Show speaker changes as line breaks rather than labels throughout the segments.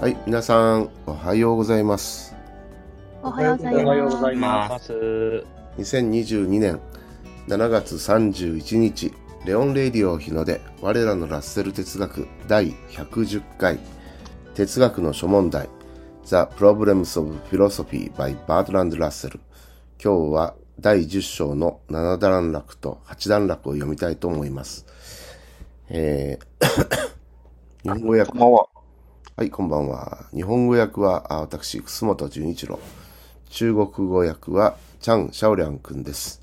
はい、皆さん、おはようございます。
おはようございます。
おはようござい
ま。
ます
2022年7月31日、レオン・レイディオ日の出、我らのラッセル哲学第110回、哲学の諸問題、The Problems of Philosophy by Bertrand Russell。今日は第10章の7段落と8段落を読みたいと思います。え ー日本語訳
こんばんは。
はい、こんばんは。日本語訳は、あ私、楠本純一郎。中国語訳は、チャン・シャオリャン君です。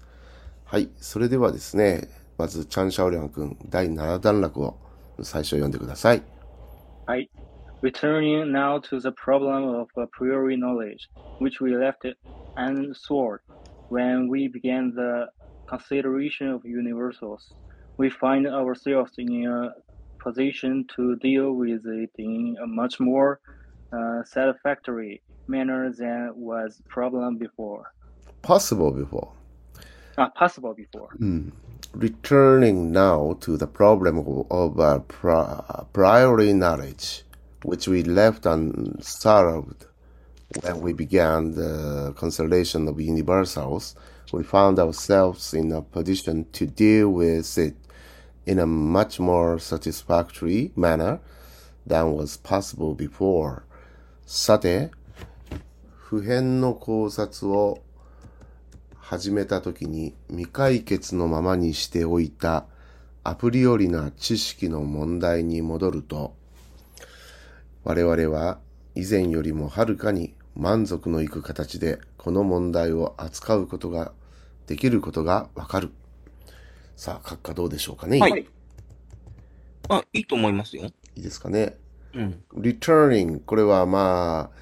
はい、それではですね、まず、チャン・シャオリャン君、第7段落を最初読んでください。
Returning now to the problem of a priori knowledge, which we left unsought when we began the consideration of universals, we find ourselves in a position to deal with it in a much more uh, satisfactory manner than was problem before,
possible before.
uh, possible before.
Returning now to the problem of, of uh, pri- priori knowledge, which we left unsolved when we began the constellation of universals, we found ourselves in a position to deal with it in a much more satisfactory manner than was possible before. さて、普遍の考察を始めた時に未解決のままにしておいたアプリよりな知識の問題に戻ると我々は以前よりもはるかに満足のいく形でこの問題を扱うことができることがわかるさあ閣下どうでしょうかね、、
はいい。あ、いいと思いますよ。
いですかね
うん。
returning これはまあ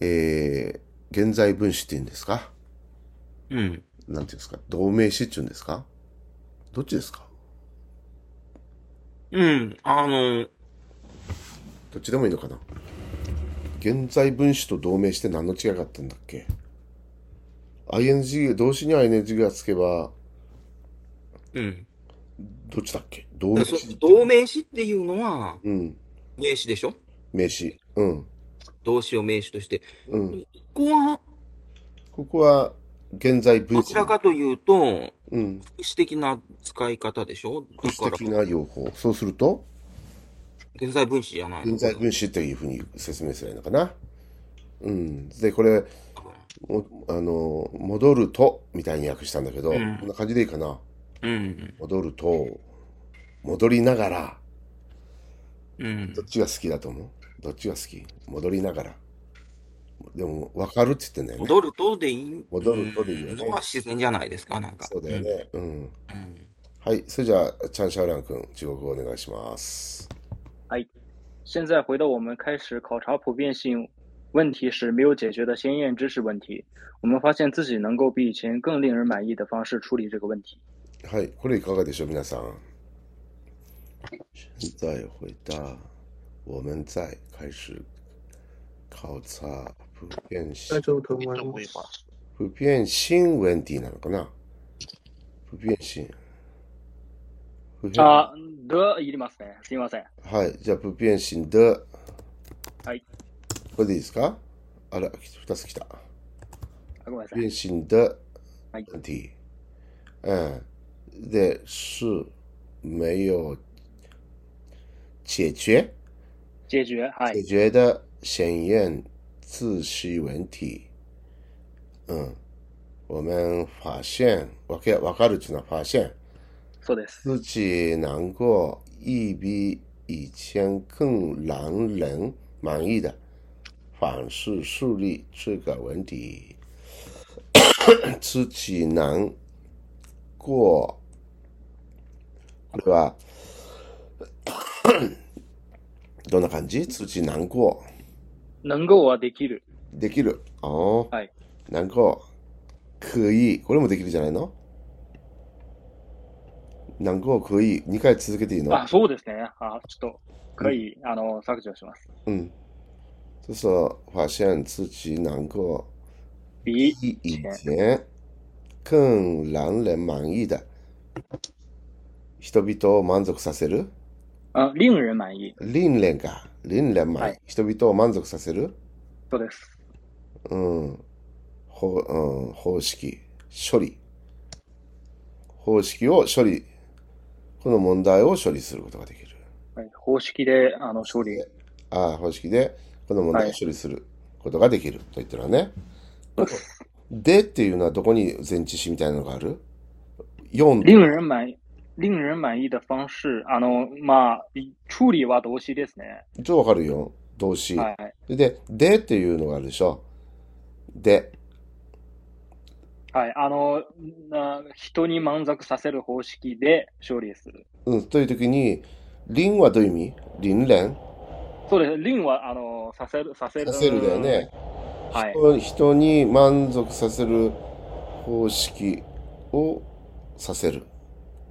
えー、現在分詞って言うんですか
うん。
なんていうんですか同名詞って言うんですかどっちですか
うん。あの、
どっちでもいいのかな現在分詞と同名して何の違いがあったんだっけ ?ing、動詞に ing がつけば、
うん。
どっちだっけ同名
そ
詞。
同名詞っていうのは、
うん。
名詞でしょ
名詞。うん。
動詞を名詞として。
うん。
ここは、
ここは、現在分
ど
詞。
ちらかというと、
うん。
副詞的な使い方でしょだ
副詞
から
的、な用法。そうすると、
現在分詞じゃないの
現
かな
在分詞っていうふうに説明すればいいのかなうん。で、これ、もあの、戻ると、みたいに訳したんだけど、
うん
こんな感じでいいかな
うん。
戻ると、戻りながら、
うん
どっ。ちが好きだと思うどっちが好き戻りながら。でも、分かるって言ってんだよね。
戻るとでいい。
戻るとでいいよね
うんそこは自然じゃないですか、なんか。
そうだよね。うん。
うん。うん。
はい。それじゃあ、チャン・シャオラン君、中国語お願いします。
现在回到我们开始考察普遍性问题时没有解决的鲜艳知识问题，我们发现自己能够比以前更令人满意的方式处理这个问题。
はい。これいかがでしょう、皆さん。现在回答、我们在开始考察普遍性
大丈夫と
い
思い
いと思
ま
い
す
ま。
普遍性问题なのかな普遍性。普遍
啊，得いりますね。すみません。
はい。じゃあ、不变心で。
はい。
これでいいですかあら、二つ来た。
あごめんなさ
不
い。
变心的
はい
问题。うん。で、是、没有、解决、
解决，哎嗨
解，决的显验自息问题。うん。我们发现、わけ、わかるっていうのは发现。
そうです。
自己难过亦比以前更让人满意的，反是树立这个问 题。自己难过，对 吧？どんな感じ？自己难过
能够はできる。
できる。哦、
はい。
難過可以。これもできるじゃないの？難過可以。二回続けていいの？
あ、そうですね。あ、ちょっと啊可以啊あの削除します。
嗯，这时候发现自己能够
比
比以
以前
前更让人满意的，人々を満足させる
呃，令人满意。
輪廻か。輪廻まあ
はい
人々を満足させる、
そうです。
うん方うん、方式、処理。方式を処理。この問題を処理することができる。
はい、方式であの処啊理。
ああ、方式でこの問題を処理することができると言ってるわ ね。でっていうのはどこに前置詞みたいなのがある ?4
令人满意、令人満意的方式、啊あの、まあ、处理は動詞ですね。
一応わかるよ。動詞。
はい。
で、でっていうのがあるでしょ。で、
はい。あの、な人に満足させる方式で処理する。
うん、という時に、輪はどういう意味輪廻
そうです。令は、あの、させる、させ
さ
る。
せるだよね。
はい。
人人に満足させる方式をさせる。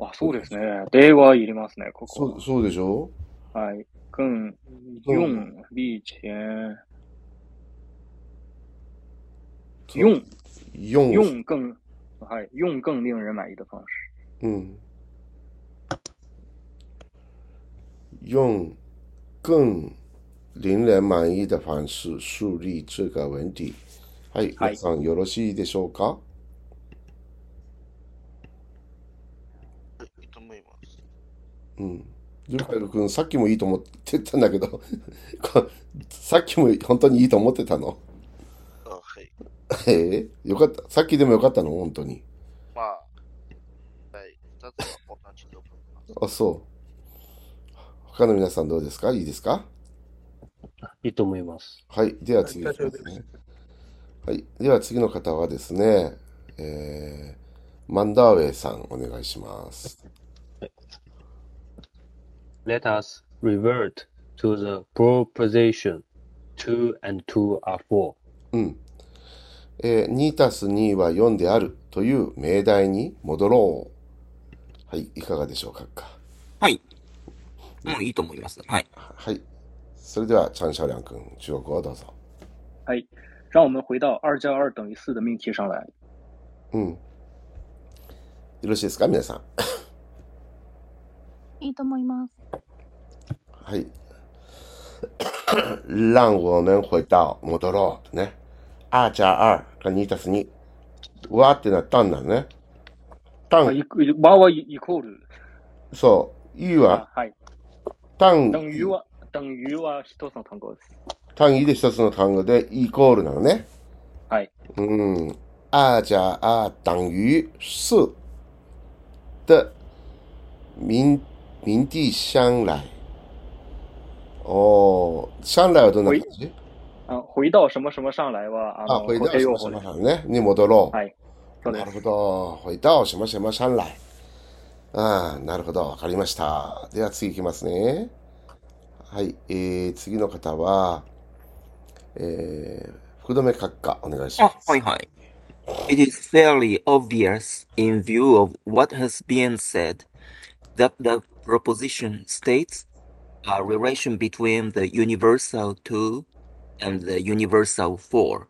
あ、そうですね。ではいりますね、ここ
そ
は
う、。そうでしょ
はい。更
うん
用力前，
そう
用
4。
用更，还用更令人满意的方式。
うん。用更令人满意的方式树立这个文体。はい、
は
皆
い
さんよろしいでしょうか
いいと思います。
うん。ルカル君、さっきもいいと思ってたんだけど、 こさっきも本当にいいと思ってたの
あ、はい。
ええよかった。さっきでもよかったの本当に。
まあ、はい。だったら同じと思います。
あ、そう。他の皆さんどうですかいいですか
いいと思います。
はい。では次の方ですね。はい。では次の方はですね、えー、マンダーウェイさんお願いします。
Let us revert to the proposition two and two are four.
うん。えー、2たす2は4であるという命題に戻ろう。はい。いかがでしょうか
はい。もういいと思います。はい。
はい。それでは、チャン・シャオリャン君、中国語をどうぞ。
哎，让我们回到二加二等于四的命题上来。
うん。よろしいですか皆さん。
いいと思います。
はい。 让我们回到戻ろうね。あじゃあ二が2たす2。わーってなったんだね。た
啊，
ん、
一娃娃一 equal，
そう。いいわ。
嗨，
たん、
等于は等于は一つの単語です。
単位で一つの単語でイコールなのね。
はい。
うん。あじゃあ等于是的名名地将来。おー、将来はどんな感じ
啊，回到什么什么上来は
あ、
あの
回
固
答
定
し
用
ま
語
し
で
ました
す。
ね。に戻ろう。
はい。そう
な
で
るほ。
す
ど。回答しましましゃんらい。ああ、なるほど。わかりました。では次いきますね。はい。えー、次の方は、えー、福留閣下、お願いしま
あ、
す。
はいはい。It is fairly obvious in view of what has been said that the proposition states a relation between the universal two and the universal four.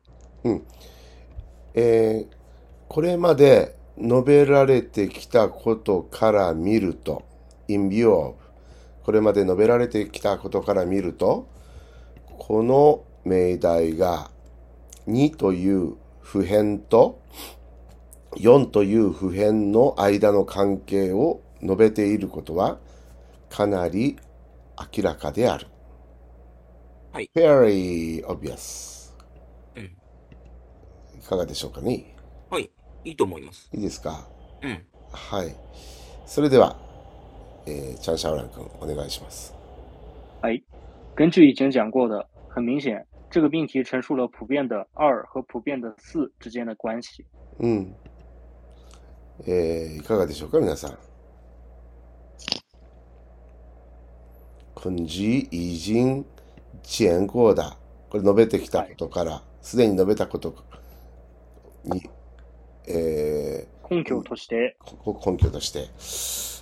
えーこれまで述べられてきたことから見ると、in view of これまで述べられてきたことから見ると、この命題が2という普遍と4という普遍の間の関係を述べていることはかなり明らかである。
はい。
very obvious。
うん
いかがでしょうかね
はい。いいと思います。
いいですか
うん。
はい。それでは、えーチャン・シャオラン君、お願いします。
哎根据已经讲过的，很明显，这个命题陈述了普遍的二和普遍的四之间的关系。
うん。えーいかがでしょうか、皆さん。根治已经见过だ。これ述べてきたことから、すでに述べたことに、えー
根拠として、
ここ根拠として、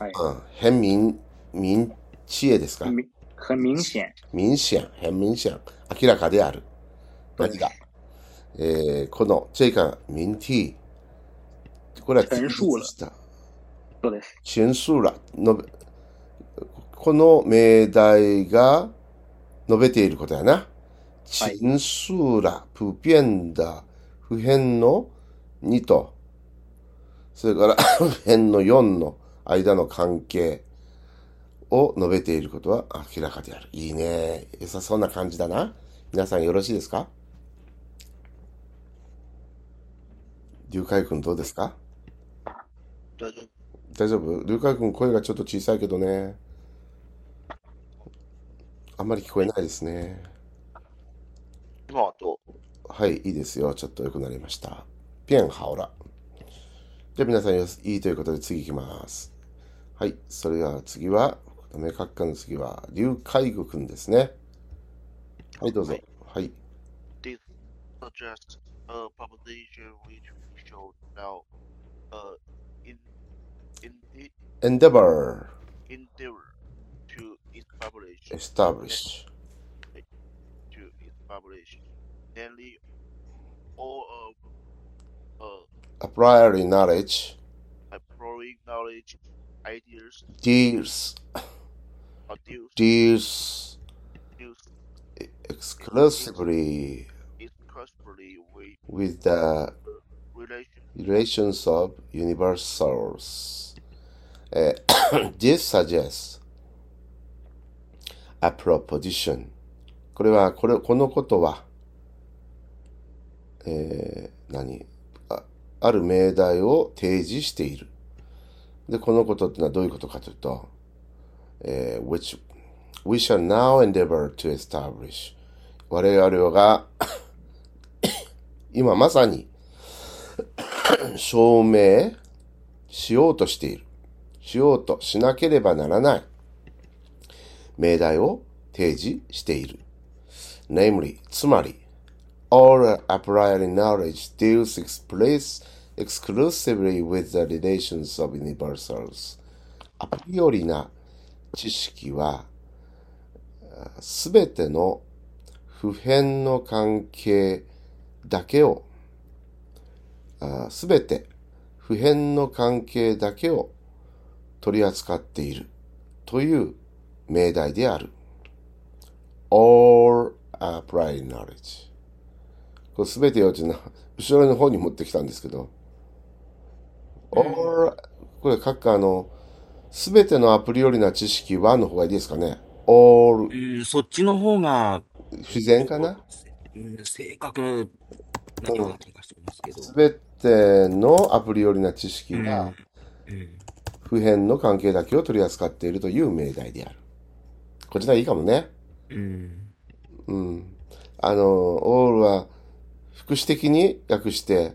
はい
うん、変民、民知恵ですか
很明很明显，
明显、很明显、明らかである。
はい
何が、えー、この、这个明体、これは
陳述了
した。
そうです。
陳述了。のこの命題が述べていることやな。
い
陳数ら普遍だ普遍の2と、それから 普遍の4の間の関係を述べていることは明らかである。いいね。良さそうな感じだな。皆さんよろしいですか龍海君どうですか
大丈夫。
大丈夫龍海君声がちょっと小さいけどね。あんまり聞こえないですね。
今はどう
はい、いいですよ。ちょっと良くなりました。ピエンハオラ。じゃあ皆さんよしいいということで次行きます。はい、それでは次は、目閣下の次は、龍海悟くんですね。はい、どうぞ。はい。
This suggests a proposition which we shall now uh, in, in the
Endeavor,
endeavor to establish
establish.
to establish nearly all of uh,
A priori knowledge
employing knowledge, ideas,
deals,
or deals,
deals
deals
exclusively
is closely with
with the
relation
relations of universals. Uh, this suggests a proposition. これは、これ、このことは、えー何あある命題を提示している。で、このことってのはどういうことかというと、えー which we shall now endeavor to establish. 我々が 今まさに証明しようとしている。しようとしなければならない。命題を提示している。namely, つまり、all a priori knowledge deals express exclusively with the relations of universals. アプリよりな知識は、すべての普遍の関係だけをすべて普遍の関係だけを取り扱っているという命題である。all applied knowledge。これすべてよっていうのは後ろの方に持ってきたんですけど、all、これ各家のすべてのアプリよりな知識はの方がいいですかね。all
うん、そっちの方が、
自然かな
うん、正確なような気がしてますけど。
すべてのアプリよりな知識は、
うん。
普遍の関係だけを取り扱っているという命題である。こちらいいかもね。
うん。
うん。あの、オールは副詞的に訳して、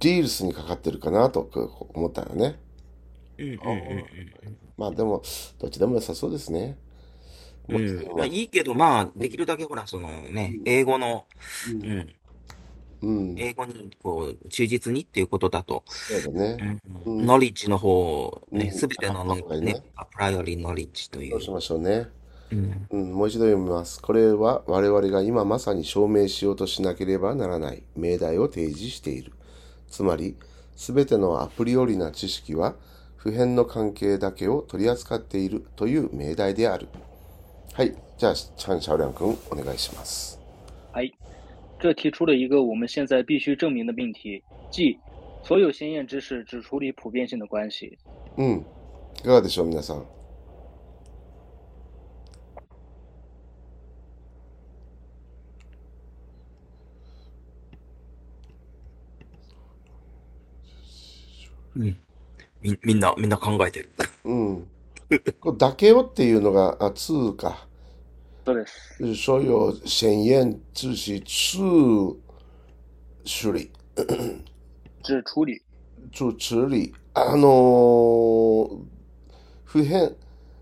ディールスにかかってるかなとこう思ったよね。
うん。うん。
まあでも、どっちでも良さそうですね。
うん。うん。まあいいけど、まあ、できるだけほら、そのね、英語の、うん。
うん。
英語に、こう、忠実にっていうことだと、
そうだね。うん
ノリッジの方、
うん
ね、すべての
あはいね
ね、アプライオリノリッジとい
そうう。しましょうね。
うん。
うん、もう一度読みます。これは我々が今まさに証明しようとしなければならない命題を提示している。つまり、すべてのアプリよりな知識は普遍の関係だけを取り扱っているという命題である。はい。じゃあ、チャン・シャオリャン君、お願いします。
哎，这提出了一个我们现在必须证明的命题，即所有先验知识只处理普遍性的关系。
うん。いかがでしょう、皆さん。
うんみ、みんな、みんな考えてる。
うん。これだけよっていうのが、あ、通か。
そうです。
所有先验知識通処理。
只处理
主持理、あのー普遍、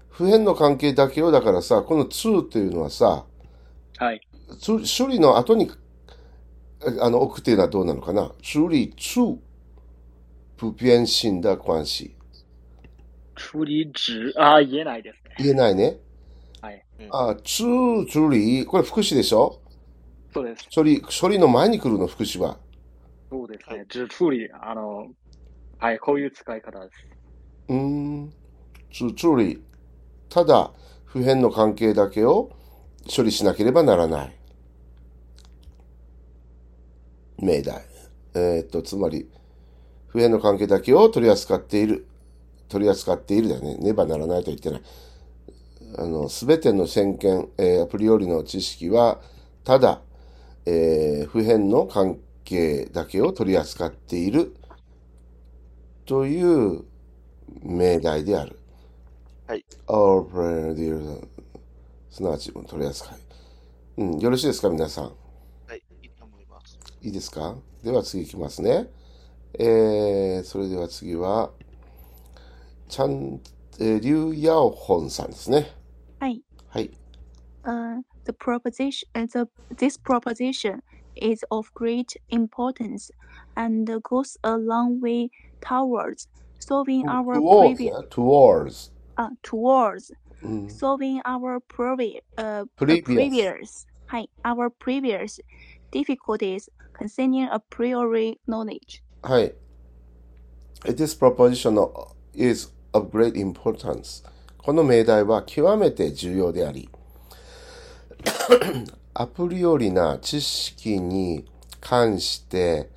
普遍の関係だけを、だからさ、この2っていうのはさ、
はい。
つ処理の後に、ああの、置くっていうのはどうなのかな処理2、普遍性的关系。
处理只あ言えないですね。
言えないね。
はい。
あ、2処理、これ副詞でしょ
そうです。
処理、処理の前に来るの、副詞は。
そうですね。只处理あのはいこういう使い方です。
うーん。つ、处理、ただ普遍の関係だけを処理しなければならない。命題。えーっと、つまり、普遍の関係だけを取り扱っている。取り扱っているだよね。ねばならないとは言ってない。あの、すべての先見、えーアプリよりの知識は、ただ、えー普遍の関係だけを取り扱っているという命題である。
はい。
All prayer, dear. すなわち、取り扱い。うん、よろしいですか、皆さん。
はい、いいと思います。
いいですかでは次いきますね。えー、それでは次は、ちゃん、えー、リュウ・ヤオホンさんですね。
Hi.
はい。
Uh, the proposition, uh, the, this proposition is of great importance and goes a long way towards solving
Oh,
our
towards,
previous
ね towards、
uh, towards
うん。
solving our previ- uh, uh,
previous。
previous hi, our previous difficulties concerning a priori knowledge.
はい。This proposition is of great importance. この命題は極めて重要であり、 アプリよりな知識に関して、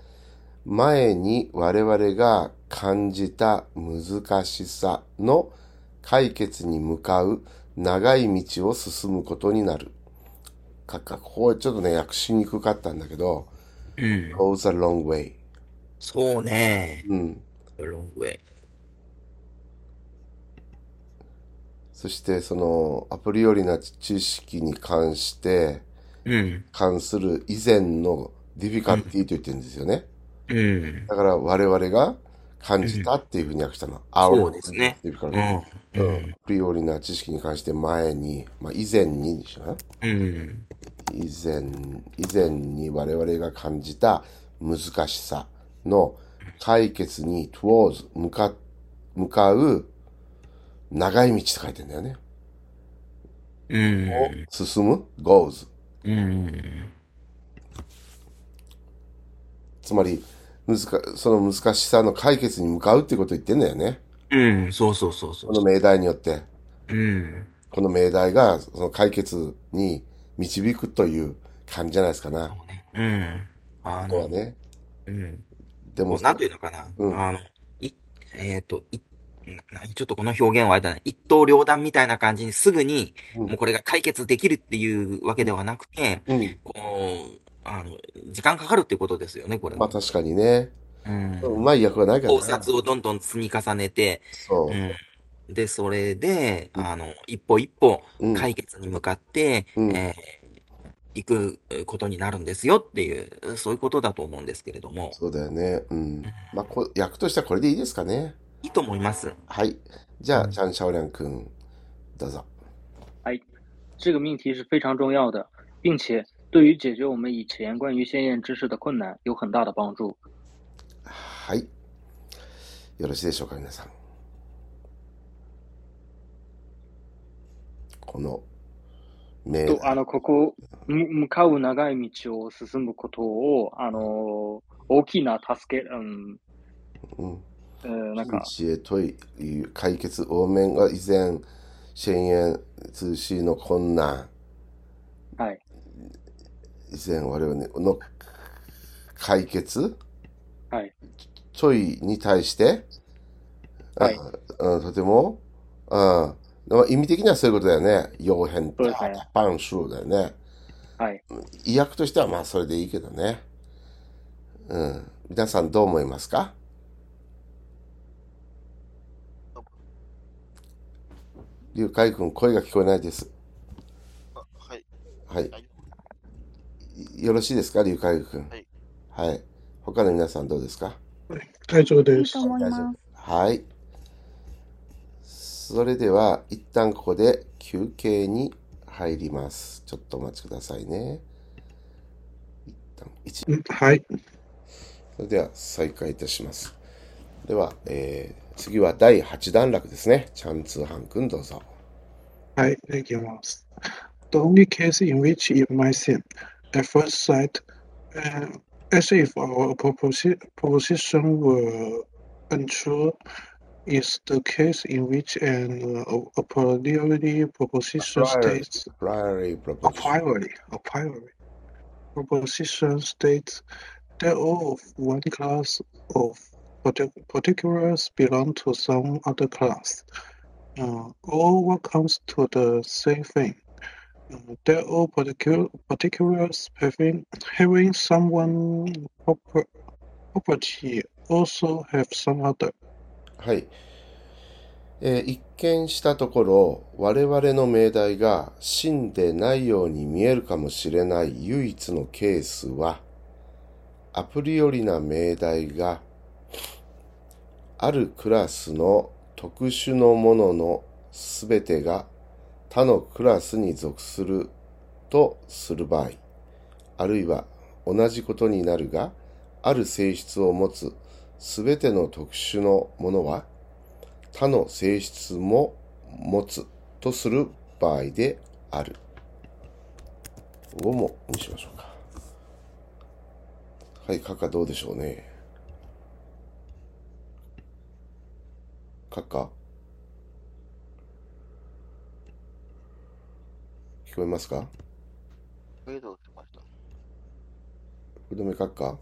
前に我々が感じた難しさの解決に向かう長い道を進むことになる。かっか、ここはちょっとね、訳しにくかったんだけど、
うん
goes a long way。
そうね。
うん。
ロングウェイ。
そしてそのアプリよりな知識に関して、
うん。
関する以前のディフィカルティと言ってるんですよね。
うん。
だから我々が感
う
じ
ん。
たっていうふうに訳したの。
そ
our
うですね。
ディフィカル
う
ティ。
ん。う
うんア
ん。
プリよりな知識に関して前に、まあ以前にでしょ、
うん。
以前、以前に我々が感じた難しさの解決に towards 向か、向かう長い道って書いてんだよね。
うん。
進む goes。
うん。
つまり、難かその難しさの解決に向かうってことを言ってんだよね。
うん。そうそうそうそ
こ
う
の
そ
命題によって、
う。うん。
この命題がその解決に導くという感じじゃないですかな。
そうね。うん。あ
ここは
の、
ね。
うん。
で
こ
も
う、、なんというのかな。
うん。
あの、い、えっと、い、な、なちょっとこの表現はあれだね。一刀両断みたいな感じにすぐに、
う。
もうんこれが解決できるっていうわけではなくて、
うん。
こう、あの、時間かかるっていうことですよね、これ
まあ
も。
確かにね。
う。
うんまい役はないから
考
な。
察をどんどん積み重ねて、う
そ
ん。で、それで、
う。
あの、一歩一歩
うん。
解決に向かって、
うん。
えー、行くことになるんですよっていう、そういうことだと思うんですけれども。
そうだよね。う。
うんん
まあこ、役としてはこれでいいですかね。
いいと思います。
はい。じ
う
ゃあ、
ん。
チャン・シャオリャン君、どうぞ。
哎，这个命题是非常重要的，并且对于解决我们以前关于鲜艳知识的困难有很大的帮助。
はい。よろしいでしょうか、皆さん。この命
と、あ
題。
の、ここ、む向かう長い道を進むことを、あの、大きな助け、うん、
うん。
えー、なん
近
か、
知へ問い、解決、応面が依然、深淵、通信の困難、
はい、
以前我々の解決、
はい、
問いに対して、あ
はい、
あとても、あまあ、意味的にはそういうことだよね。要変、
そう
多
ですね。
半数だよね。
はい。
意訳としてはまあそれでいいけどね。うん。皆さんどう思いますか
どうも
龍海君、声が聞こえないです。
あはい、
はい。
大丈夫
よろしいですか龍海君。
はい、
はい。他の皆さんどうですか
大丈夫で
いいと
す。
思い
大丈夫。
ます。
はい。それでは、一旦ここで休憩に入ります。ちょっとお待ちくださいね。一旦1。
うんはい。
それでは、再開いたします。では、えー、次は第8段落ですね。チャンツーハン君どうぞ。
はい。Thank you, Mouse. The only case in which it might seem, at first sight, uh, as if our proposi- proposition were untrue is the case in which an uh, a a priority proposition
prior
states
priority
a
proposition.
priority, a priority proposition states that all of one class of partic- particulars belong to some other class. Uh, all what comes to the same thing. Uh, that all particu- particulars having, having someone proper- property also have some other.
はい。えー一見したところ、我々の命題が真でないように見えるかもしれない唯一のケースは、アプリよりな命題があるクラスの特殊のもののすべてが他のクラスに属するとする場合、あるいは同じことになるが、ある性質を持つすべての特殊のものは他の性質も持つとする場合である。をもにしましょうか。はい、カカどうでしょうね。カカ聞こえますか
フェードしました。
福留カカ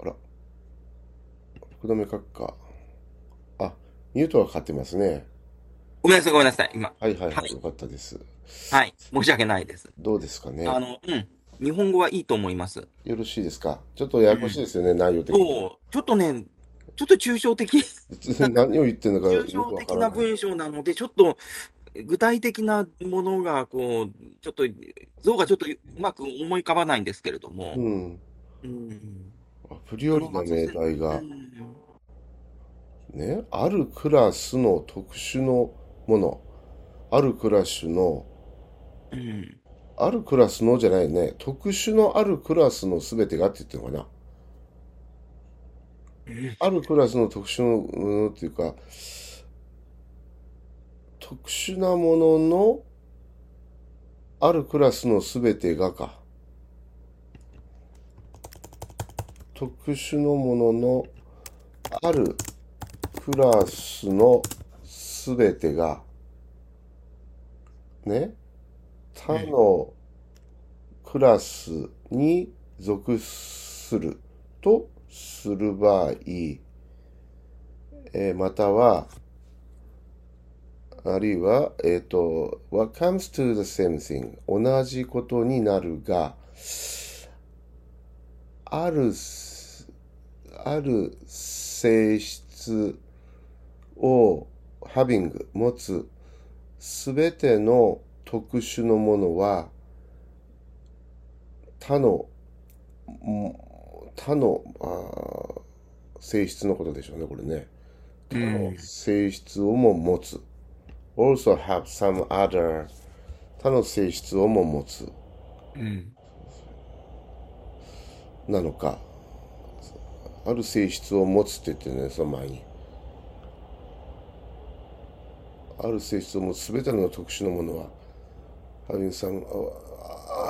あら、福留カカあ、ミュートはかかってますね。
ごめんなさい、ごめんなさい、今。
はいはい
は
はい、
い。
よかったです。
はい。申し訳ないです。
どうですか
あ
ね。
の、うん。日本語はいいと思います。
よろしいですかちょっとや
う
やこしい
ん。
ですよね、内容的に。
そう。ちょっとね、ちょっと抽象 的
別
な、
に 何を言ってるのか
抽
よく
象
わか
的
ら
な
ない。
文章なので、ちょっと具体的なものが、こう、ちょっと、像がちょっとうまく思い浮かばないんですけれども、
うん。
うん。
アプリよ
そ
り
の
な
松井
命
先
題
う
が、
ん。
ね、あるクラスの特殊のもの、あるクラスの、
うん。
あるクラスのじゃないね、特殊のあるクラスの全てがって言ってるのかな。
うん
あるクラスの特殊のものっていうか、特殊なもののあるクラスの全てがか。特殊のもののあるクラスの全てが、ね、
う
他
ん。
のクラスに属するとする場合、えーまたは、あるいは、えっと、what comes to the same thing 同じことになるが、あるす、ある性質を having 持つすべての特殊のものは他の、ん他の、あー性質のことでしょうね、これね。
う
他の
ん。
性質をも持つ。also have some other 他の性質をも持つ。
うん。
なのか。ある性質を持つって言ってるね、その前に。ある性質を持つすべての特殊のものは、ハビンさん、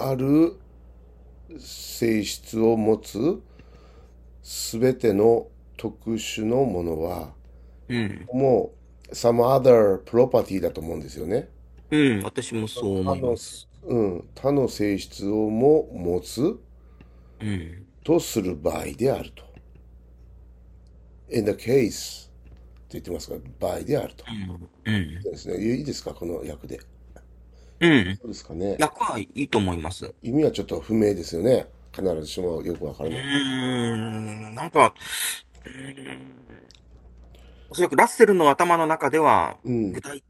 あある性質を持つすべての特殊のものは、
うん。
もう、some other property だと思うんですよね。
うん。私もそう
他
思いま
の、
す。
うん、他の性質をも持つ
うん。
とする場合であると。in the case って言ってますが、場合であると。
うん。うん。
ですね。いいですか、この訳で。
うん
そうですかね。
役はいいと思います。う
意味はちょっと不明ですよね。必ずしもよくわから
ー
ない。
ん、なんか、うーんおそらくラッセルの頭の中では、
う
具
ん、
体、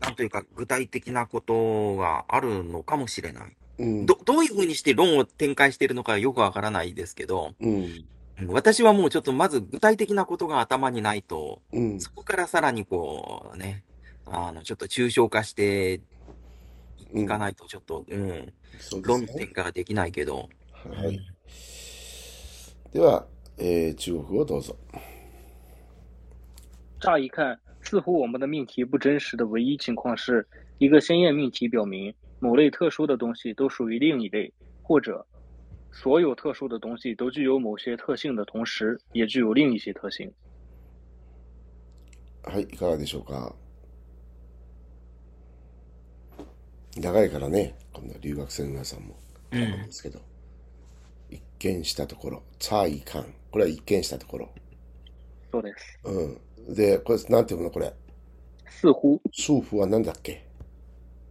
なんというか、具体的なことがあるのかもしれない。
うん、
ど、どういうふうにして論を展開しているのかよくわからないですけど、
うん、
うん私はもうちょっとまず具体的なことが頭にないと、
うん、
そこからさらにこう、ね、あの、ちょっと抽象化して
う
いか
ん。
ないと、ちょっと、うん、
そうです
論
ね。
点ができないけど、う
はい。
ん
では、えー中国語をどうぞ。
乍一看，似乎我们的命题不真实的唯一情况是，一个鲜艳命题表明某类特殊的东西都属于另一类，或者所有特殊的东西都具有某些特性的同时，也具有另一些特性。
はい、いかがでしょうか。長いからね、こんな留学生の皆さんも、
う
なん
ん
ですけど、一見したところ、チャイカン。これは一見したところ。
そうです。
うん。で、これ、なんていうのこれ。
似乎，
スーフは何だっけ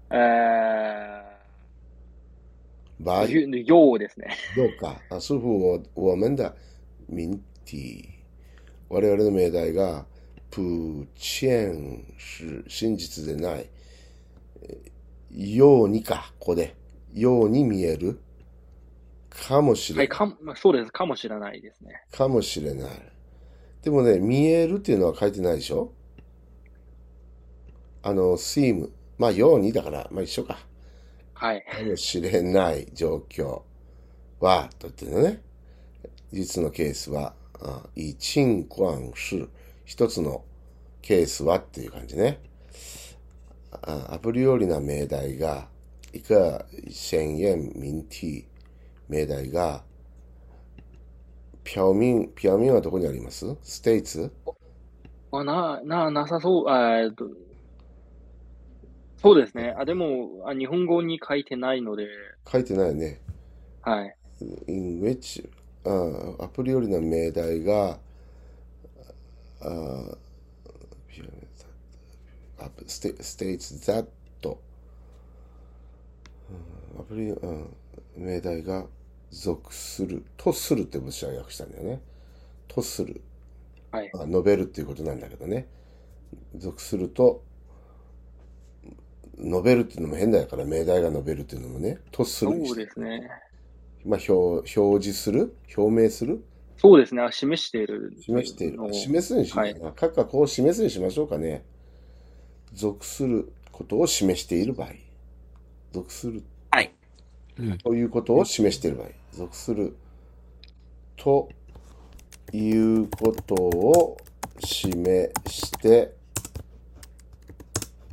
呃，
バイ
又又ですね。
どうか。あ、スーフを、我们的民体。我々の命題が、プーチェン是真実でない。ようにか、ここで。ように見える。かもし
は
れ
い、
ない。
かも、そうです。かもしれないですね。
かもしれない。でもね、見えるっていうのは書いてないでしょあの、スイム。まあ、ようにだから、まあ一緒か。
はい。
かもしれない状況は、と言ってるのね。実のケースは、あ一情况是、一つのケースはっていう感じね。あアプリよりな命題が、いか、宣言民体、命題が、ピャオミン、ピャオミンはどこにありますステイツ
あ、な、な、なさそう、えーっと、そうですね。あ、でも、あ、日本語に書いてないので、
書いてないよね。
はい。
in which あアプリよりの命題があアプステ states that アプリ、うん、命題が属するとするって私は訳したんだよねとする
はい。
あ述べるっていうことなんだけどね属すると述べるっていうのも変だから命題が述べるっていうのもねとするに
そ
し
う
て
ですね。
まあ表表示する表明する
そうですね。あ示している
示している
の。を
示すにしようかな。かかこう示すにしましょうかね。属することを示している場合。属する
はい。うん。
ということを示している場合。属するということを示して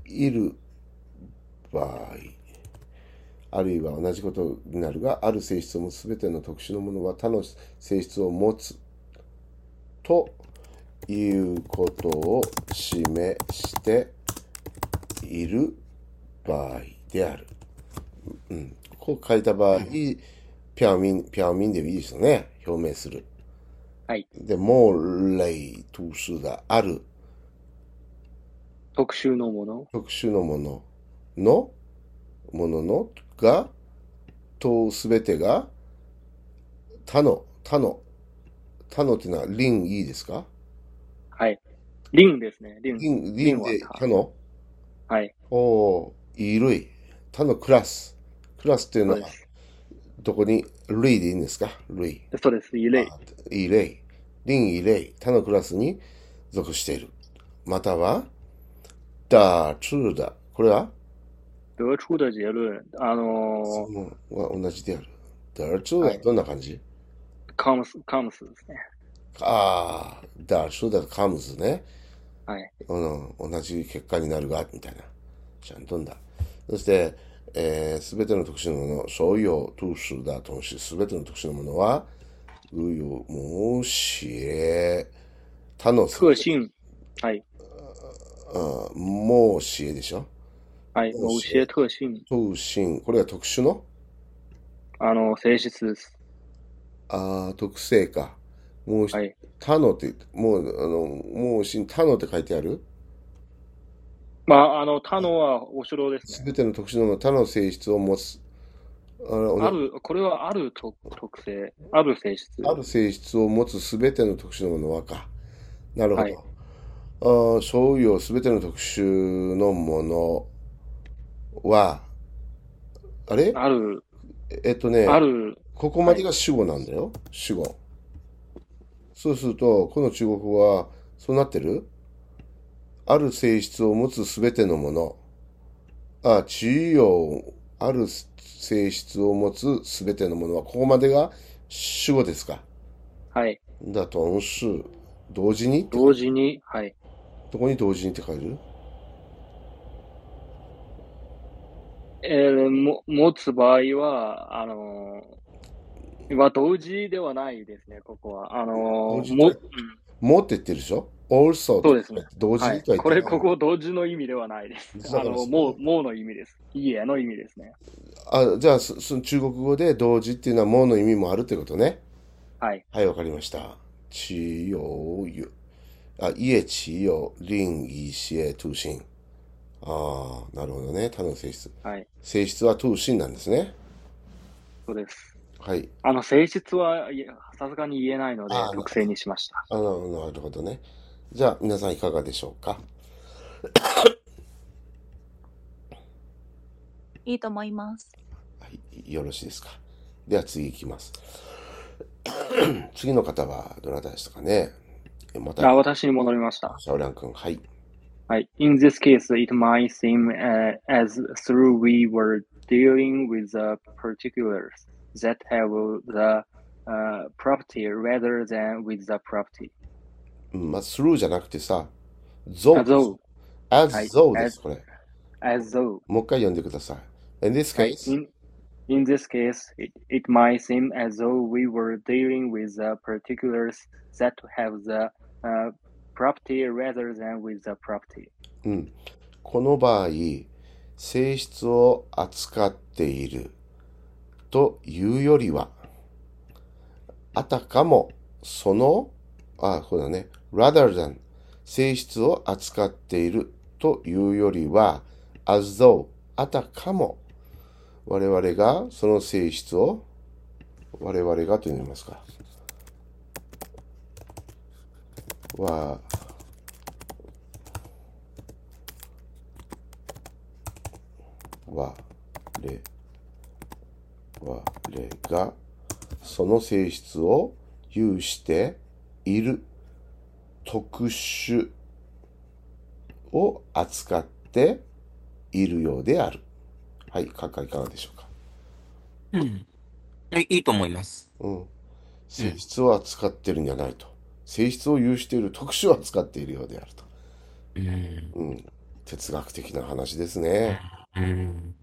いる場合。あるいは同じことになるが、ある性質を持つ全ての特殊なものは他の性質を持つということを示している場合である。うん。こう書いた場合、ピャオミン、ピャオミンでもいいですよね。表明する。
はい。
で、もう、レイ、トゥスがある
特集のもの。
特殊のものの、ものの、が、とすべてが、他の、他の、他のっていうのは、リンいいですか
はい。令ですね。令。
リン、リ
令
ン
は
で他
他。
の
はい。
おー、いるい。他のクラス。クラスっていう
そ
の
うで
は、
す。
どこに、類でいいんですか類。
そうです。異類。
あ、異類。林異類。他のクラスに属している。または、ダーチューダ。これは、
得出的结论。あのー
もうは同じである。ダーチューダ
は。
はいどんな感じ
comes, comes ですね。
ああ、ダーチューダとカムズね。
はい。
うん、同じ結果になるが、みたいな。ちゃんとんだ。そして、えー、すべての特殊なもの、所有、トゥースだ、同士、すべての特殊なものは、具有、もし、他の性
特性。はい。
うんもうしえでしょ
はい。
もう
某
し
些
え。
特性。
特進。これは特殊の
あの、性質です。
あー特性か。もうし、
はい。
他のって、もう、あの、もうし、他のって書いてある
まあ、あの、他のはお城です
す
ね。
べての特殊なもの、他の性質を持つ。あの、
ある、これはある特特性、ある性質。
ある性質を持つすべての特殊なものはか。なるほ
はい。
ど。あーそういうすべての特殊のものは、あれ
ある、
えっと
あ
ね、
る、
ここま
は
で
い。
が主語なんだよ。主語。そうすると、この中国語は、そうなってるある性質を持つすべてのもの。あ、地位を、ある性質を持つすべてのものは、ここまでが主語ですか。
はい。
だ、同士、同時にって書
同
いて、
時に、はい。
どこに同時にって書いてる
えーも、持つ場合は、あのは同時ではないですね、ここは。あの
同
ー、
時
も、うん、
もって言ってるでしょ ?also
そうですね。
同時
は
に
い。
とは言って
こ
ない。
れ、ここ同時の意味ではないです。
だ
あ
から
の、
そ
もう、もうの意味です。いいえの意味ですね。
あ、じゃあ、そその中国語で同時っていうのはもうの意味もあるってことね。
はい。
はい、わかりました。只有有あ、いえ、只有另一些通信。ああ、なるほどね。他の性質。
はい。
性質は通信なんですね。
そうです。
はい。
あの、性質は、いえさすがに言えないので
あ、
特性にしました。
あの、なるほどね。じゃあ、皆さんいかがでしょうか。
いいと思います。
はい、よろしいですか。では次いきます。 次の方はどなたでしたかね。えまた、
あ、私に戻りました。
シャオリャン君。はい。
はい。In this case, it might seem uh, as though we were dealing with the particulars that have the uh, property rather than with the property.
うんまあ、スルーじゃなくてさ、ゾ
As
ウです
though, はい
as though で
as,
す、これ。
as though.
もう一回読んでください。In this
はい
case,
in, in this case, it, it might seem as though we were dealing with the particulars that have the uh, property rather than with the property.
うんこの場合、性質を扱っているというよりは、あたかもその、あ、そうだね、rather than 性質を扱っているというよりは、as though あたかも我々がその性質を我々がと言いますか、は、は、れ、我々がその性質を有している特殊を扱っているようである。はい、閣下いかがでしょうか。
うんえいいと思います。
うん。
う
性
ん。
質を扱ってるんじゃないと。性質を有している特殊を扱っているようであると。
う
う
ん。
ん。哲学的な話ですね。
うん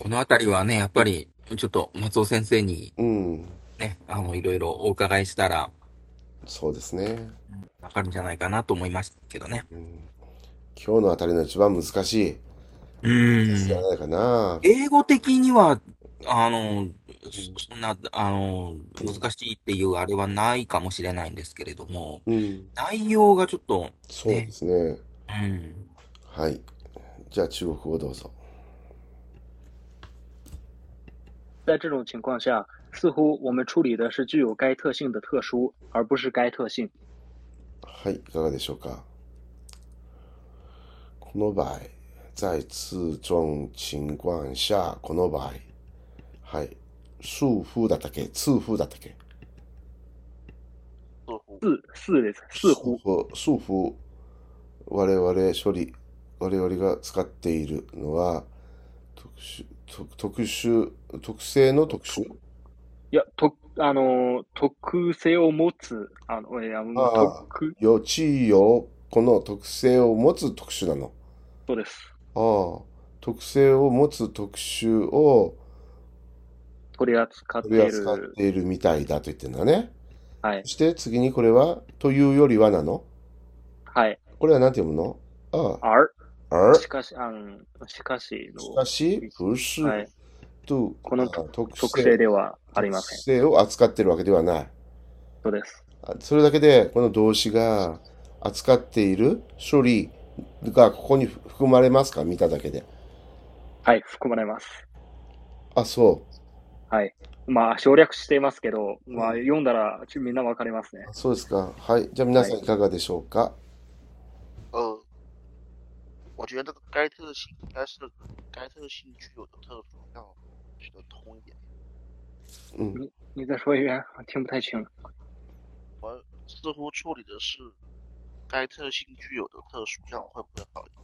このあたりはね、やっぱり、ちょっと松尾先生に
うん。
ね、あの、いろいろお伺いしたら、
そうですね。
わかるんじゃないかなと思いましたけどね。
今日のあたりの一番難しい。
う
じゃ
ん。
ないかな。
英語的には、あの、そんな、あの、
うん。
難しいっていうあれはないかもしれないんですけれども、
うん。
内容がちょっと、
そうで
ね、
すね。
うん。
はい。じゃあ中国語どうぞ。
在这种情况下，似乎我们处理的是具有该特性的特殊，而不是该特性。
はい、いかがでしょうか。この場合、在此种情况下、この場合、はい。数風だったっけ数風だったっけ
似乎
似似です，
数
似乎
風、数風、我々処理、我々が使っているのは、特殊、特特殊、特性の特殊
いやとあの特性を持つあのいやもう
ああ、
特
予知よ、この特性を持つ特殊なの。
そうです
ああ、特性を持つ特殊を
取り扱っ
取り
てい
扱っ
る
ているみたいだと言ってんだね。
はい
そして次にこれは、というよりはなの
はい
これは何て読むのあ
而
あ、あ
しかしあのしかし
し
の
かし、不
は
是
い
と、
この
あ
特
特
特性
性、
ではあり
特
ません
性を扱ってるわけではない。
そうです
あそれだけで、この動詞が扱っている処理がここに含まれますか見ただけで。
はい含まれます
あ、そ
はいまあ省略していますけど
う。
まあ
うん
読んだらちょみんなわかりますね
あそうですか。はい。じゃあ皆
は
さ
い
んいかがでしょうか。
呃，我觉得这个该特性应该是该特性具有的特殊要取得通一点。
うん。
你你再说一遍我听不太清
我似乎处理的是该特性具有的特殊，这样会不会好一点？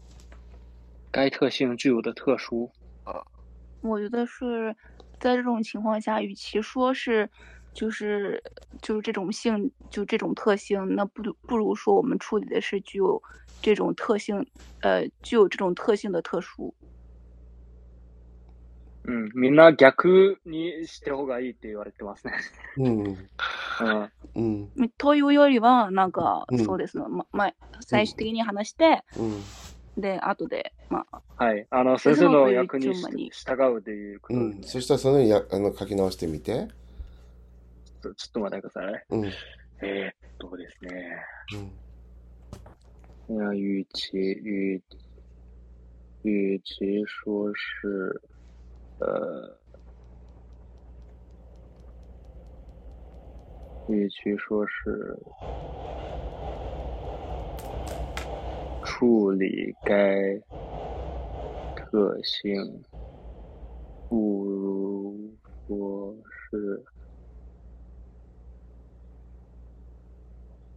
该特性具有的特殊
呃，
我觉得是在这种情况下，与其说是就是就是这种性就这种特性，那不如不如说我们处理的是具有这种特性，呃，具有这种特性的特殊。
うん、みんな逆にして方がいいって言われ てますね。
うん
うん、
うん
嗯というよりは、なんか、
うん
そうですね。ま、ま、最終的に話して、
うん
で、後で、まあ、
はい。あの、
それ
先
で
生
も
の役に
ベリーチョーマに
し従うっていうこ
う
と
ん、
です
そしたらそのようにやあの書き直してみて。
ね。ちょちょっと待ってくださいね。
うん、
えー、っとですね。
うん、
い呀，与其与与其说是呃，与其说是处理该特性，不如说是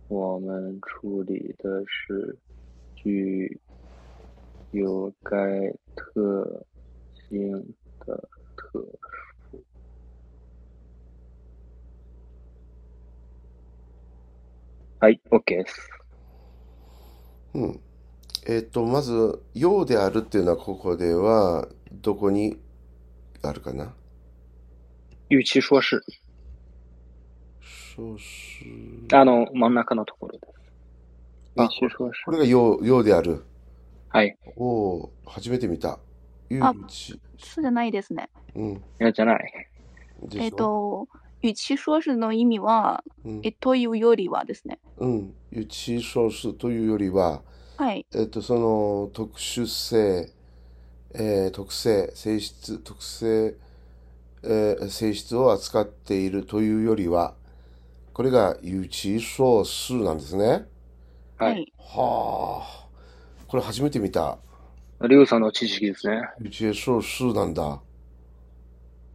我们处理的是具有该特性的特殊。はい、OK です。
うん。えっと、まず、用であるっていうのは、ここでは、どこにあるかな
与其说是、
そうす。
あの、真ん中のところです。
あ
与其说是
これ。が用、用である。
はい。
おお、初めて見た。誘
あ
致。
そうじゃないですね。
うん、
いや、じゃない。
で
えっ
しょ
と、与其说是の意味は、
うん
え、というよりはですね。
うん。誘致小数というよりは、
はい。
えっと、その、特殊性、えー特性、性質、特性、えー性質を扱っているというよりは、これが有知小数なんですね。
は
はい。
い。
はあ、これ初めて見た。
りゅうさんの知識ですね。
有知小数なんだ。は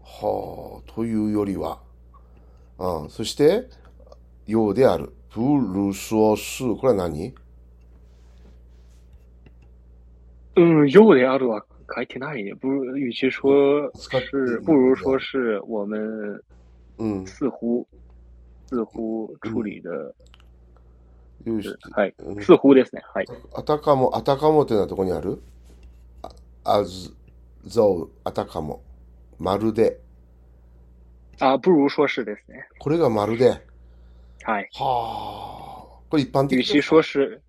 あ、というよりは。うん、そして、ようである。プルソス、これは何
うん、用であるは書いてないね。不如、与其说
使ってい
是
る、
不如说是我们
うん。
似乎、似乎处理的
有
是
し、
はい。
うん
似乎ですね。はい。
あたかも、あたかもっていうのはどこにあるあ、あず、ぞう、あたかも。まるで。
あ、不如说是ですね。
これがまるで。
はい。
はあ、これ一般的
与
で
其
すか
说是、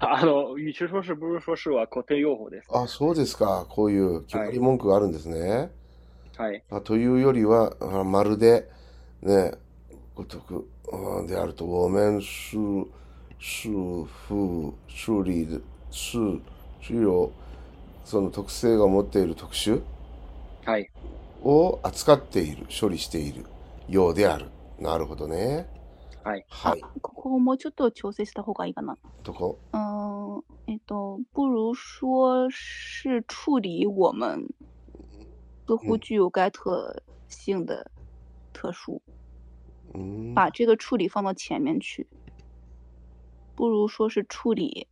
あの、与其说是、不如说是は固定用法ですね。
あ、そうですか。こういう決まり文句があるんですね。
はい。
あ、というよりは、あまるで、ね、ごとく、うんであると、我们是、是、ふ、处理的、是、治療、その特性が持っている特殊
はい。
を扱っている、処理しているようである。なるほどね。
はい。
は
あ
い。、
ここをもうちょっと調整した方がいいかな。
どこ
嗯，えっと、不如说是处理我们似乎
嗯
具有该特性的特殊，
うん。
把这个处理放到前面去。不如说是处理，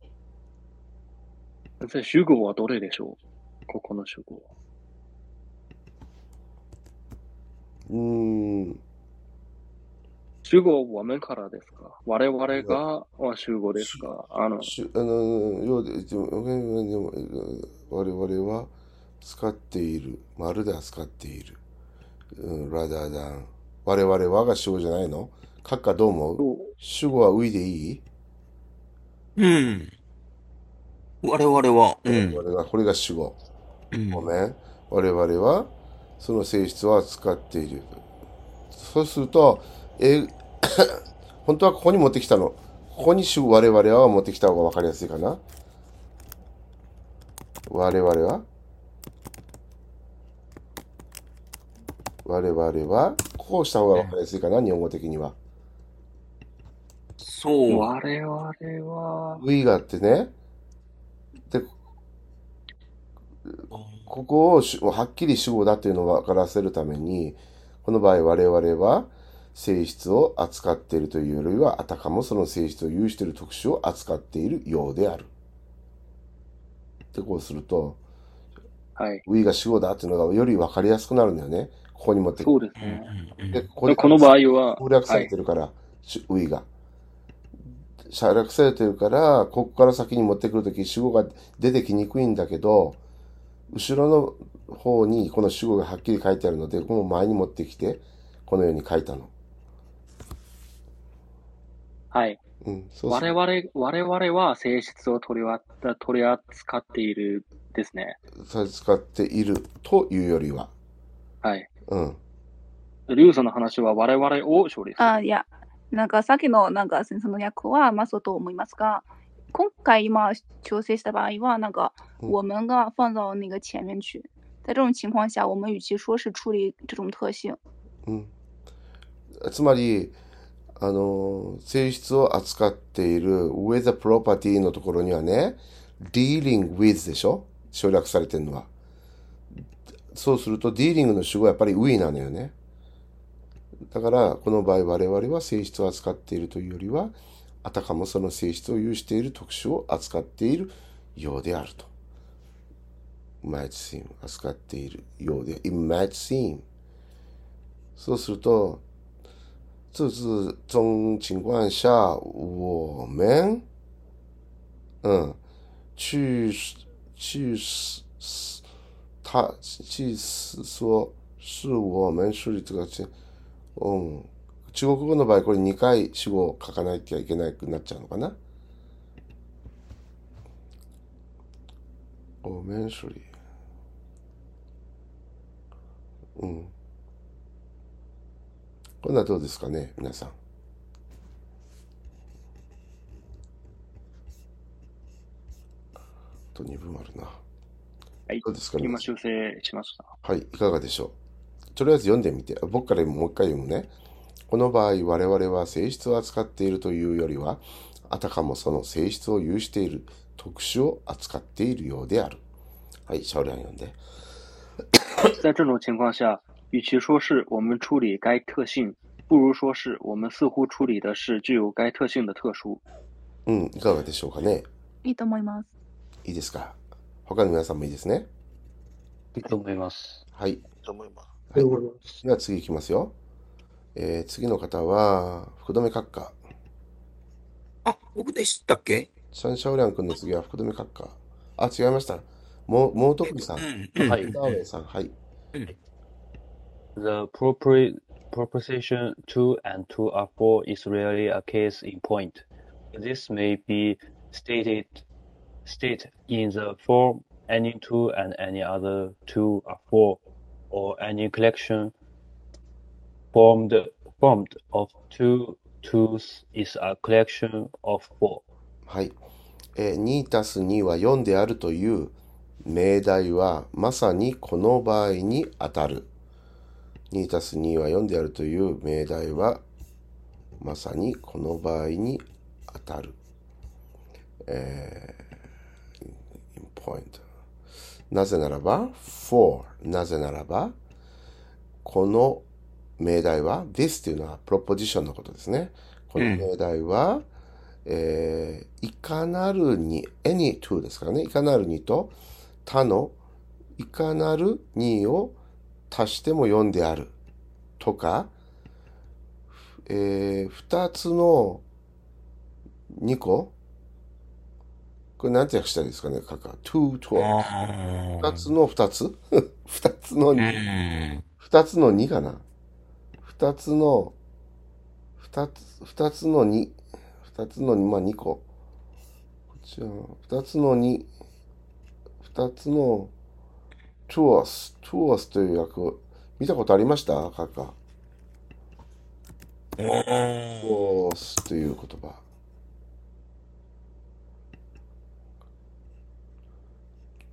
先生主語はどれでしょうここの主語は。
うん。
主語は我们からですか我々があ主語ですかあの、
しあの、ようで、一応我々は使っている。まるで扱っている。うん、ラダーダン。我々はが主語じゃないの書くかどう思う
どう
主語はういでいい
うん。我々は、う
我
ん。
々が、これが主語。
う
ご
ん。
めん。我々はその性質を扱っている。そうすると、え、 本当はここに持ってきたの。ここに主語我々は持ってきた方が分かりやすいかな。我々は我々はこうした方が分かりやすいかな、日本語的には。
そう。
我々は、
we があってね。で、
あ
ここを主はっきり主語だっていうのを分からせるために、この場合我々は性質を扱っているというよりは、あたかもその性質を有している特殊を扱っているようである。ってこうすると、
はい。
we が主語だっていうのがより分かりやすくなるんだよね。ここに持ってく
そう
る。
です
う
ね。
んう
で、
ん
ここで
この場合は、
省略さ
は
れ
い。
てるから、主 we が。省略されてるから、ここから先に持ってくるとき、主語が出てきにくいんだけど、後ろの方にこの主語がはっきり書いてあるので、この前に持ってきて、このように書いたの。
はい。
うん、そうす
我
る
々、我々は性質を取りわ取り扱っているですね。
それ使っているというよりは。
はい。
うん。
リュウさんの話は我々を処理する。
あいや、なんかさっきのなんか先生の訳はまあそうと思いますが、今回今調整した場合は那个
嗯
我们が放到那个前面去。在这种情况下，我们与其说是处理这种特性，
うん、つまり、あの、性質を扱っている with a property のところにはね、dealing with でしょ省略されてるのは。そうすると、dealing の主語はやっぱり we なのよね。だから、この場合我々は性質を扱っているというよりは、あたかもその性質を有している特殊を扱っているようであると。might seem 扱っているようで、it might seem そうすると、这是种情况下，我们嗯去去是是他去是说是我们处理这个事，嗯。中国語の場合、これ2回主語を書かないといけなくなっちゃうのかなおめん処理。うん。こんなんどうですかね、皆さん。あと2分あるな。
はい
どうですか、皆
今
さん。
修正しました。
はい、いかがでしょう。とりあえず読んでみて、僕からもう一回読むね。この場合、我々は性質を扱っているというよりは、あたかもその性質を有している特殊を扱っているようである。はい、少量読んで。
在这种情况下，与其说是我们处理该特性，不如说是我们似乎处理的是具有该特性的特殊。
うん、いかがでしょうかね。
いいと思います。
いいですか。他の皆さんもいいですね。
いいと思います。
はい、
と思います。
はい。
思います。
では次いきますよ。えー、次の方は、福留閣下。
あ、僕でしたっけ
シャンシャオリャン君の次は福留閣下。あ、違いました。もう、もうと
えっ
くり
と、
さん。
う
ダ
ん、うん、
あはい。
ーウェイさん。はい。
うん、うん。
The propri- proposition to and to are for is really a case in point. This may be stated state in the form any two and any other two are four, or any collection formed formed of two twos is a collection of four.
はい。えー、2たす2は4であるという命題は、まさにこの場合に当たる。2たす2は4であるという命題は、まさにこの場合に当たる。ポイント。なぜならば、for。なぜならば、この命題は、this というのはプロポジションのことですね。こ
う
の
ん
命題は、えーいかなるに、any to ですからね。いかなるにと、他のいかなるにを足しても4である。とか、え2つの2個。これなんて訳したらいいですかね。かか。to
あ
to。2
あ、
つの2つ ?2 つの
う
2。
ん、
2つの2かな。2つの、2つ、2つの2。2つの2、まあ2個。こっちは、2つの2。2つの、トゥアス、トゥアスという役、見たことありましたカカ。
お
ト
ー
ゥアスという言葉。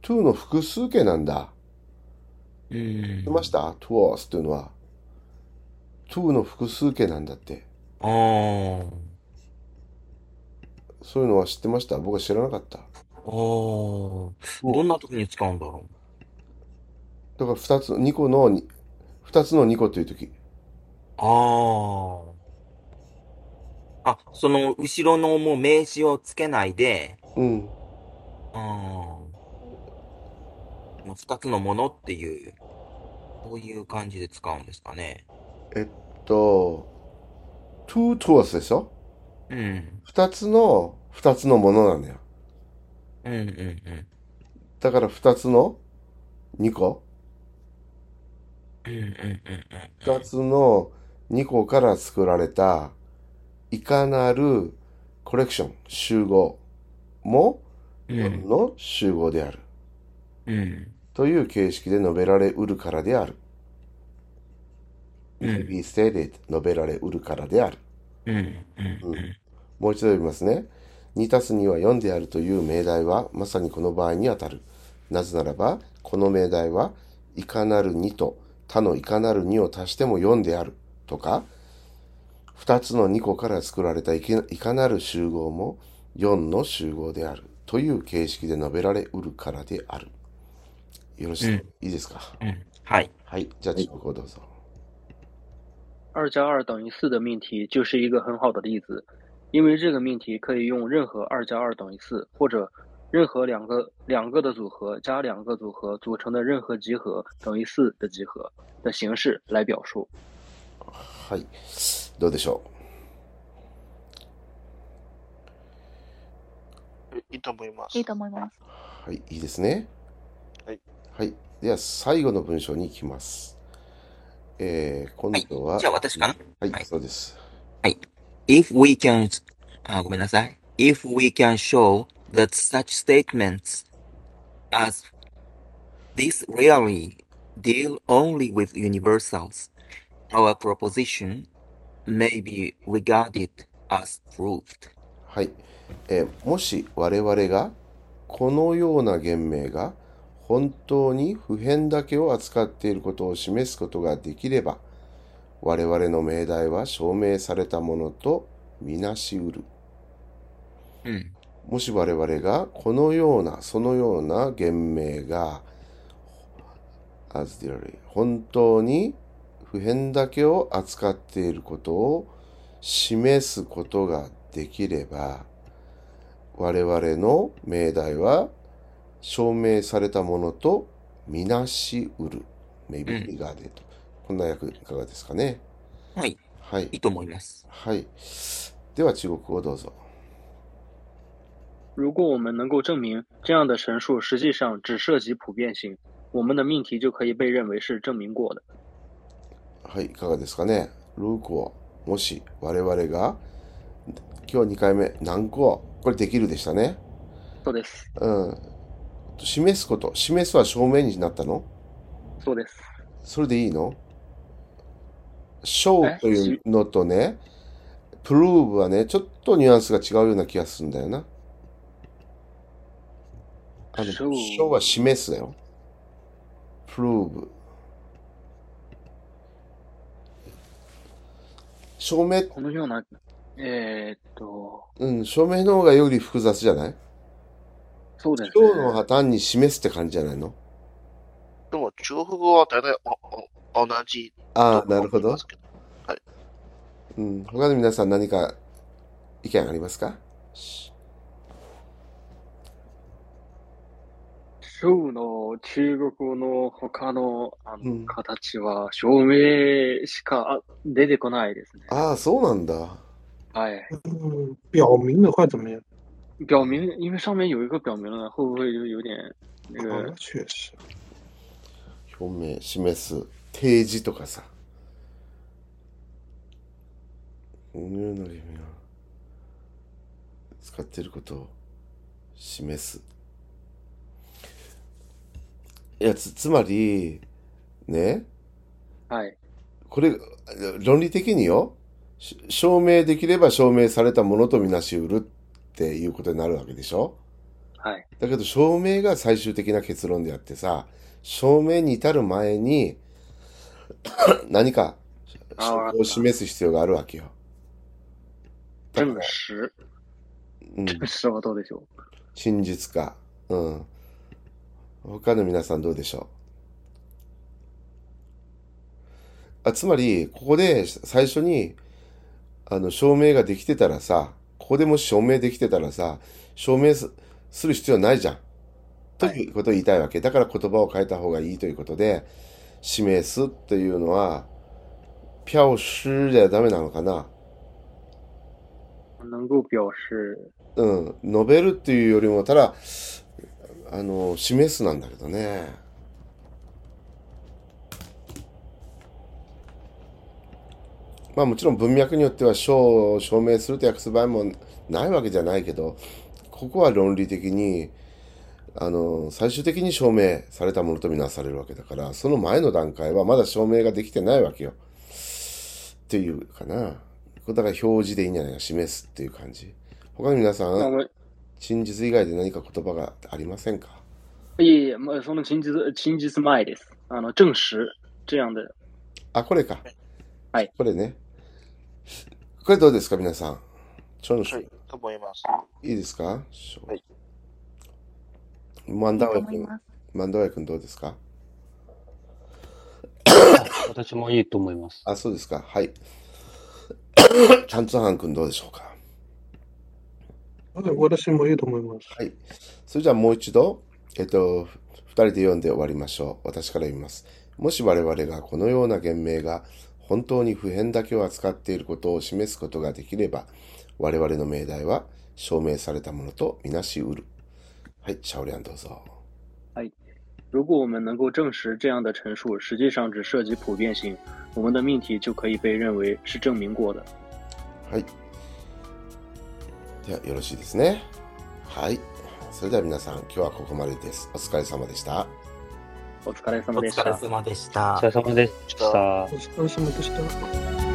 トゥの複数形なんだ。
う
知ってまし
ん、
たトゥアスというのは。トゥの複数形なんだって。
あー
そういうのは知ってました僕は知らなかった。
あー、
トゥ
ど
ア
んな時に使うんだろ
だから2つの、2個のに、2つの2個という時。
う。ああ。あ、その後ろのもう名詞をつけないで、
うん。
うん、もう二つのものっていう、そういう感じで使うんですかね。
えっと、トゥトゥアスでしょ
うん、
?2 つの、2つのものなのよ。
うん、うん、
だから2つの2個。
うんうんうんうん
二つの2個から作られたいかなるコレクション、集合も
うん
の集合である
うん
という形式で述べられうるからである。
うん
to be stated 述べられうるからである。
うんうん
もう一度読みますね。2たす2は4であるという命題はまさにこの場合にあたる。なぜならば、この命題はいかなる2と他のいかなる2を足しても4であるとか、2つの2個から作られたいけいかなる集合も4の集合であるという形式で述べられうるからである。よろしい、
うん
いいですか
うんはい
はい。じゃあ、中国語どうぞ。
二加二等于四的命题就是一个很好的例子，因为这个命题可以用任何二加二等于四或者任何两个两个的组合加两个组合组成的任何集合等于四的集合的形式来表述。
はい。どうでしょ
いいと思います
いい。と思います。
うはい。いいですね。
はい。
はい。では、最後の文章に行きます。えー、今度は、
じゃあ私かな
はい、
はい
そうです。
If we can, あ、ごめんなさい。If we can show that such statements as this really deal only with universals, our proposition may be regarded as proved.
はい。えーもし我々が、このような言明が、本当に普遍だけを扱っていることを示すことができれば、我々の命題は証明されたものとみなしうる。
うん。
もし我々がこのような、そのような言明が、as theory 本当に普遍だけを扱っていることを示すことができれば、我々の命題は証明されたものとみなしうる。
うん
maybe regarded、こんな訳いかがですかね
はい。
はい
いい。と思います。
はい。では中国語をどうぞ。
如果我们能够证明这样的陈述实际上只涉及普遍性，我们的命题就可以被认为是证明过的。
はい、いかがですかね。ルークを、もし我々が、今日2回目、何個、これできるでしたね。
そうです。
うん。示すこと、示すは証明になったの
そうです。
それでいいの ?show
え
というのとね、prove はね、ちょっとニュアンスが違うような気がするんだよな。あの、
show
show は示すだよ。prove。証明、
このような、えーっと、
うん、証明の方がより複雑じゃない
そうですね。
今日のは単に示すって感じじゃないの
でも、中国語は大体おお同じ
あ
と
あ、なるほ
思い
ど
ま。すけど。
うん、他の皆さん何か意見ありますか
州の中国語の他のあ
う
の
ん
形は証明しかあ出てこないですね。
ああ、そうなんだ。
はい。
嗯，表明的话怎么样？
表明，因为上面有一个表明了，会不会就有点那
好
个
像？确实，
表明、示す、提示とかさ。このような意味が使っていることを示す。いや、つ、つまり、ね、
はい。
これ、論理的によ、し証明できれば証明されたものとみなしうるっていうことになるわけでしょ
はい。
だけど証明が最終的な結論であってさ、証明に至る前に何か
あわかった
を示す必要があるわけよ。だから
证实，
うん、
证实はどうでしょう。
真実か。うん。他の皆さんどうでしょうあ、つまり、ここで最初に、あの、証明ができてたらさ、ここでもし証明できてたらさ、証明すする必要ないじゃん。ということを言いたいわけ。だから言葉を変えた方がいいということで、示すというのは、ピャオシュではダメなのかな。
能够表示
うん。述べるっていうよりも、ただ、あの、示すなんだけどね。まあもちろん文脈によっては書を証明すると訳す場合もないわけじゃないけど、ここは論理的に、あの、最終的に証明されたものとみなされるわけだから、その前の段階はまだ証明ができてないわけよ。っていうかな。これだから表示でいいんじゃないか、示すっていう感じ。他に皆さ
那
ん、
么
真実以外で何か言葉がありませんか
いえいえ、まあ、その真実、真実前です。あの、证实、这样的。
あ、これか。
はい。
これね。これどうですか、皆さん。長野さ
は
ん、
い、と思います。
いいですかしょ
はい
マン
いい
ダ
と
ウエ
思い
君、
ます。
マンダウエ君どうですか
あ私もいいと思います。
あ、そうですか。はい。チャンツハン君どうでしょうか
はい私もいいと思います。
はい。それじゃあもう一度、えっと、二人で読んで終わりましょう。私から読みます。もし我々がこのような言明が本当に普遍だけを扱っていることを示すことができれば、我々の命題は証明されたものとみなし得る。はい、シャオリアンどうぞ。
如果我们能够证实这样的陈述实际上只涉及普遍性，我们的命题就可以被认为是证明过的。
はい。ではよろしいですね。はい。それでは皆さん、今日はここまでです。お疲れ様でした。
お疲れ
お
様でし
疲れ
た。
様でし
お
た
疲れ。様でした。
お疲れ様でした。
お